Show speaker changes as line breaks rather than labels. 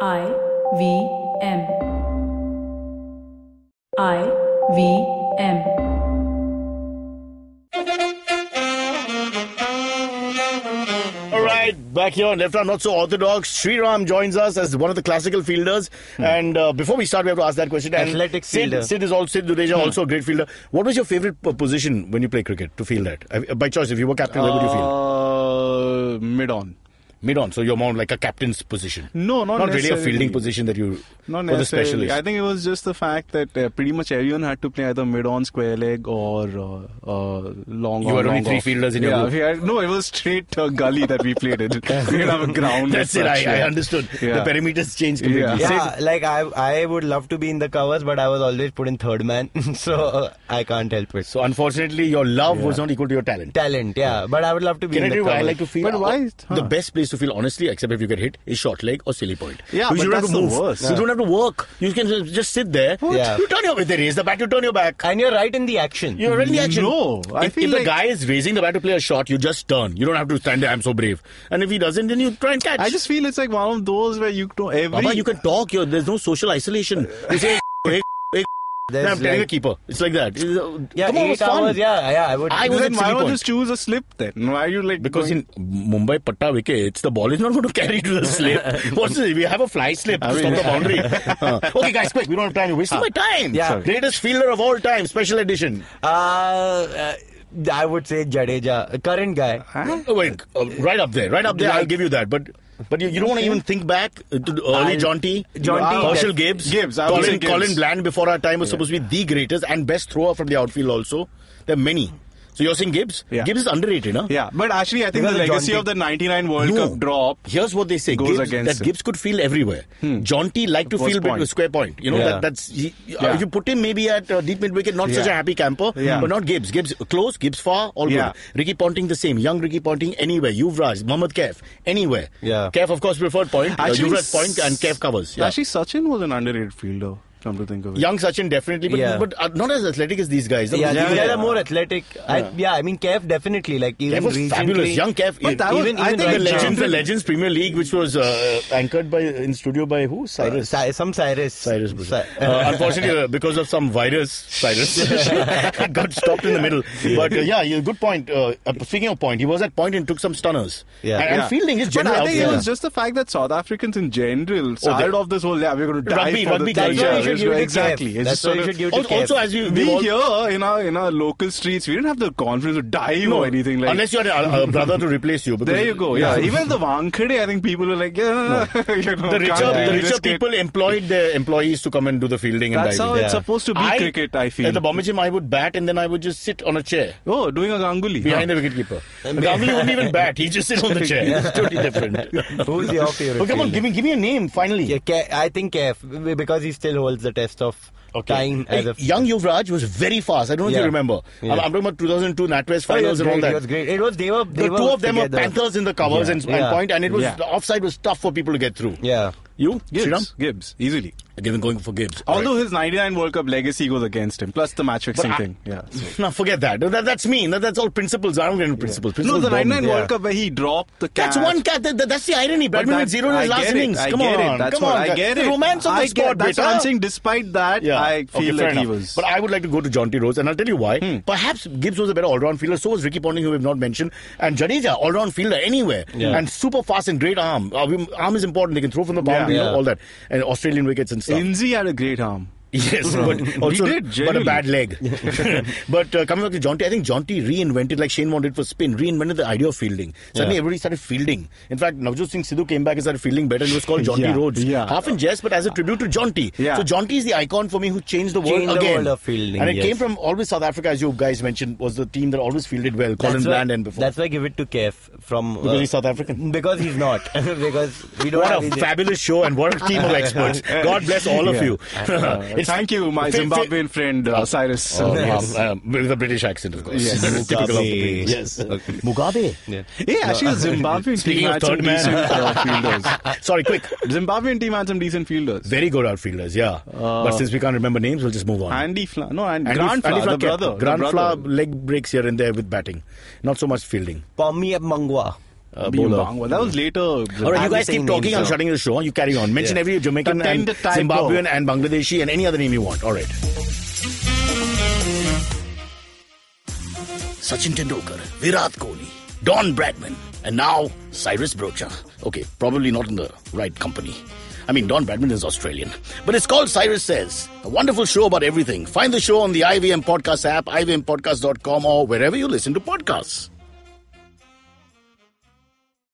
I V M. I V M.
All right, back here on Left Arm Not So Orthodox, Sri Ram joins us as one of the classical fielders. And uh, before we start, we have to ask that question. And
Hmm. Athletic
Sid,
fielder. Hmm.
Sid is also Sid Dudeja, also a great fielder. What was your favorite p- position when you play cricket to field at? Uh, By choice, if you were captain, where would you field?
Uh, mid on.
Mid on, so you're more like a captain's position.
No, not
really a
necessarily.
fielding position that you
Not
for the
necessarily.
specialist.
I think it was just the fact that uh, pretty much everyone had to play either mid on, square leg, or uh, uh, long.
You
on,
had only
long
three
off.
fielders in your
yeah,
group.
we had- no, it was straight uh, gully that we played in. we didn't have a ground.
That's
as
it. I,
such,
I
yeah.
understood.
Yeah.
The perimeters changed completely.
Yeah.
Yeah, like I, I would love to be in the covers, but I was always put in third man, so uh, I can't help it.
So unfortunately, your love was not equal to your talent.
Talent, yeah, but I would love to be
Can I
in
tell
the
you why I
covers.
like to feel?
But why- huh.
The best place to feel, honestly, except if you get hit, is short leg or silly point. Because
Yeah, but
you don't have to
that's the
move.
worst.
You don't have to work. You can ju- just sit there.
Yeah.
You turn your if they raise the bat, you turn your back.
and you're right in the action.
You're in the action.
No, I
if,
feel
if the
like-
guy is raising the bat to play a shot, you just turn. You don't have to stand there. I'm so brave. And if he doesn't, then you try and catch.
I just feel it's like one of those where you know every.
Baba, you can talk. You're, there's no social isolation. You say, hey, hey,
There's
and I'm telling the
like-
keeper. It's like that. It's, uh,
yeah,
come on, it was
eight
fun.
hours. Yeah, yeah, I would.
I was
Then
at
why
silly
not
point.
just choose a slip then? Why are you like
Because
going-
in Mumbai patta wickets, the ball is not going to carry to the slip. What's this? We have a fly slip to
I
stop
mean- Ah.
the boundary. Uh, okay, guys, quick. We don't have time. You're wasting my time.
Yeah. Sorry.
Greatest fielder of all time, special edition.
Uh, uh, I would say Jadeja, current guy.
Huh?
Oh, wait, uh, right up there. Right up there. I'll give you that. But but you, you don't want to even think back to the early
I'll-
John T.
John T,
Herschel
yes.
Gibbs.
Gibbs, I would
Colin,
say Gibbs.
Colin Bland before our time was supposed to be the greatest and best thrower from the outfield also. There are many. So you're saying Gibbs?
Yeah.
Gibbs is underrated, huh?
Yeah, but actually, I think
Because
the
of John
legacy
T.
of the '99 World
No.
Cup drop.
Here's what they say:
goes
Gibbs,
against
that
him.
Gibbs could feel everywhere. John T liked to
Was
feel
point.
with square point. You know
Yeah.
that that's he,
Yeah.
if you put him maybe at uh, deep mid wicket, not such a
Yeah.
happy camper,
Yeah.
but not Gibbs. Gibbs close, Gibbs far, all
Yeah.
good. Ricky Ponting the same. Young Ricky Ponting anywhere. Yuvraj, Mohammad Kaif anywhere.
Yeah.
Kaif of course preferred point. Uh,
Actually,
Yuvraj point and Kaif covers. Yeah.
Actually, Sachin was an underrated fielder. Come to think of it.
Young Sachin definitely, but,
Yeah.
but uh, not as athletic as these guys.
Yeah,
yeah,
these guys
yeah.
are more athletic. I, yeah, I mean, Kev definitely. Like even
Kev was
recently,
fabulous. Young Kev.
But that
Even-
was, I
even
think
the
right now-
Legends, the Legends Premier League, which was uh, anchored by in studio by who?
Uh,
Cyrus.
Cy- some Cyrus.
Cyrus Bruce.
Cy-
Uh, unfortunately, uh, because of some virus, Cyrus it got stopped in the middle. But uh, yeah, you- good point. Uh, uh, speaking of point, he was at point and took some stunners.
Yeah.
and, and
Yeah.
fielding is
But
general.
I think it
outfield.
was just the fact that South Africans in general started
they-
off this whole, yeah, we're going to die
Rugby-
for
rugby
the
culture. That's why you should
give it to Kev.
exactly. It's
That's
just
why
sort
you
of,
should give it to
also, also, as we,
we
we all,
here in our in our local streets, we didn't have the confidence to die or anything like.
unless you had a, a brother to replace you. Because
there you go. Yeah, even the Wankhede, I think people were like, yeah, you know,
the richer,
can't
the
really
richer
risk it.
people employed their employees to come and do the fielding and
That's
diving.
how it's
Yeah.
supposed to be
I-
cricket. I
At the
feel.
Bombay gym, I would bat and then I would just sit on a chair.
Oh, doing a ganguly
Behind
Huh.
the wicketkeeper. Ganguly wouldn't even bat. He just sit on the chair. It's totally different.
Who's your favorite?
But Oh, come on,
fielder?
give me give me a name finally.
Yeah, Ke- I think Kev because he still holds the test of time
Hey,
as a
young Yuvraj was very fast. I don't know if
Yeah.
you remember. I'm-
Yeah.
I'm, talking about 2002 NatWest
Oh, it was
finals and all
great,
that.
It was great. It was they were
the
they were
two of them
together.
are Panthers in the covers and, and
Yeah.
point, and it was
Yeah.
the offside was tough for people to get through.
Yeah.
You,
Gibbs,
Sriram?
Gibbs, easily.
Given going for Gibbs.
Although his 99 World Cup legacy goes against him, plus the match fixing
I-
thing. Yeah. so-
now forget that. that. That's mean. That, that's all principles. I don't get into principles.
No,
principles
the
bomb me.
99
yeah.
World Cup where he dropped the catch.
That's one cat. That, that- that's the irony.
But
Badminton
that-
zero in
I
his last
get it,
innings.
I
Come
get it,
on,
that's
come
what-
on.
I get
the
it.
romance of
I
the
get-
sport,
That's what
beta.
I'm saying. Despite that, I
Okay,
feel
fair
that he
enough.
was. Hmm.
But I would like to go to John T. Rhodes, and I'll tell you why. Perhaps Gibbs was a better all-round fielder. So was Ricky Ponting, who we've not mentioned, and Jadeja, all-round fielder anywhere,
Yeah.
and super fast and great arm. Uh, we- arm is important. They can throw from the boundary,
Yeah.
you know, all that, and Australian wickets and stuff.
Inzi had a great arm.
Yes, but also
did,
but a
genuinely.
bad leg. but uh, coming back to John T, I think John T reinvented like Shane wanted for spin, reinvented the idea of fielding. Suddenly
Yeah.
everybody started fielding. In fact, Navjot Singh Sidhu came back and started fielding better, and it was called John
Yeah,
T Rhodes.
yeah.
Half in jest, but as a tribute to John T.
Yeah.
So John T is the icon for me who changed the world
Changed the
again.
world of fielding,
and it
yes.
came from always South Africa, as you guys mentioned, was the team that always fielded well, Colin
That's why-
Bland and before.
That's why I give it to Kev from uh,
Because he's South African.
Because he's not. because we don't
what
have
a
Indian-
fabulous show and what a team of experts. God bless all of
Yeah.
you.
Uh,
It's-
thank you,
Fi-
my
fi-
Zimbabwean friend uh, Cyrus.
Oh,
Yes.
um, um, with a British accent, of course.
Yes.
Typical of the
Mugabe.
British. Yes.
Mugabe. Yeah.
Yeah, actually, the Zimbabwean
Speaking
team
of
had some
third man.
decent uh, fielders.
Sorry, quick.
Zimbabwean team had some decent fielders.
Very good outfielders, yeah. but since we can't remember names, we'll just move on.
Andy Fla, no, Andy,
Andy-
Grand
Andy
Fla, the
Flack kept-
brother, the
Grand
brother.
Fla leg breaks here and there with batting. Not so much fielding.
Pommy Mangwa.
uh,
Bing
bowler.
Bang. Well, that was later.
All right,
I'm
you
not
guys
saying
keep talking.
names
I'm
now.
shutting the show. You carry on. Mention
Yeah.
every Jamaican and
Pretend typo.
Zimbabwean and Bangladeshi and any other name you want. All right. Sachin Tendulkar, Virat Kohli, Don Bradman, and now Cyrus Brocha. Okay, probably not in the right company. I mean, Don Bradman is Australian. But it's called Cyrus Says. A wonderful show about everything. Find the show on the IVM Podcast app, ivmpodcast.com, or wherever you listen to podcasts.